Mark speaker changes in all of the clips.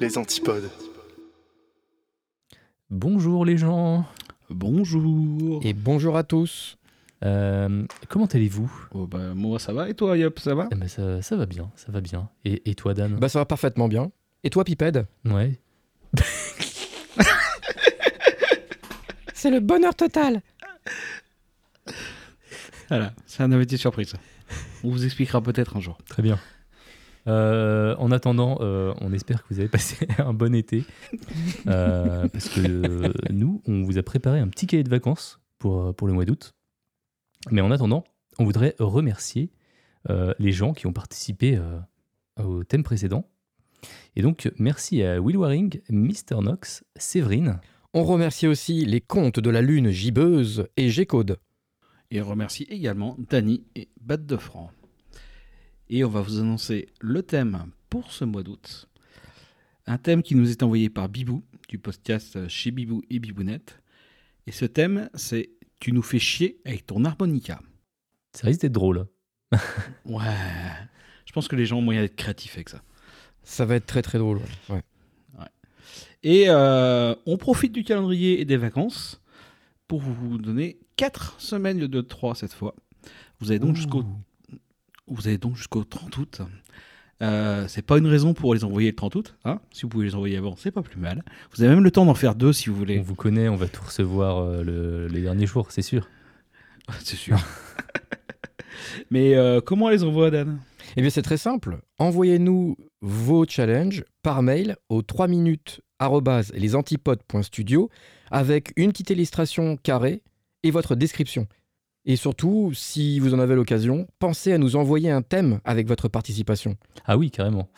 Speaker 1: les antipodes.
Speaker 2: Bonjour les gens
Speaker 3: Bonjour.
Speaker 4: Et bonjour à tous.
Speaker 2: Euh, Comment allez-vous
Speaker 3: Oh, bah, moi ça va et toi Yop ça va
Speaker 2: Eh ben, ça, ça va bien, ça va bien. Et, et toi Dan
Speaker 4: Bah ça va parfaitement bien. Et toi Piped
Speaker 2: Ouais.
Speaker 4: C'est le bonheur total.
Speaker 3: Voilà, c'est un appétit surprise. On vous expliquera peut-être un jour.
Speaker 2: Très bien. en attendant, euh, on espère que vous avez passé un bon été. Euh, parce que euh, nous, on vous a préparé un petit cahier de vacances pour, euh, pour le mois d'août. Mais en attendant, on voudrait remercier euh, les gens qui ont participé euh, au thème précédent. Et donc, merci à Will Waring, Mr. Knox, Séverine.
Speaker 4: On remercie aussi les contes de la lune gibbeuse et G-Code.
Speaker 3: Et on remercie également Dany et Bat de Franc. Et on va vous annoncer le thème pour ce mois d'août. Un thème qui nous est envoyé par Bibou, du podcast Chez Bibou et Bibounette. Et ce thème, c'est Tu nous fais chier avec ton harmonica.
Speaker 2: Ça risque d'être drôle. hein.
Speaker 3: Ouais. Je pense que les gens ont moyen d'être créatifs avec ça.
Speaker 4: Ça va être très très drôle. ouais. Ouais.
Speaker 3: Et euh, on profite du calendrier et des vacances pour vous donner 4 semaines lieu de 3 cette fois. Vous avez donc jusqu'au vous avez donc jusqu'au 30 août. Euh, c'est pas une raison pour les envoyer le 30 août. hein. Si vous pouvez les envoyer avant, c'est pas plus mal. Vous avez même le temps d'en faire deux si vous
Speaker 2: On
Speaker 3: voulez.
Speaker 2: vous connaît, on va tout recevoir euh, le- les derniers jours, c'est sûr.
Speaker 3: c'est sûr. Mais euh, comment on les envoie, Dan
Speaker 4: Eh bien c'est très simple. Envoyez-nous vos challenges par mail au 3 minutes arobase lesantipodes.studio avec une petite illustration carrée et votre description. Et surtout, si vous en avez l'occasion, pensez à nous envoyer un thème avec votre participation.
Speaker 2: Ah oui, carrément.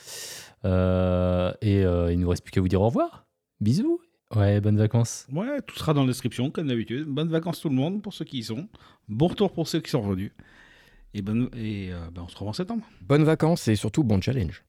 Speaker 2: Euh, et euh, il nous reste plus qu'à vous dire au revoir. Bisous. Ouais, bonnes vacances.
Speaker 3: Ouais, tout sera dans la description, comme d'habitude. Bonnes vacances tout le monde pour ceux qui y sont. Bon retour pour ceux qui sont revenus. Et, bonne- et euh, ben, on se revoit en septembre.
Speaker 4: Bonnes vacances et surtout bon challenge.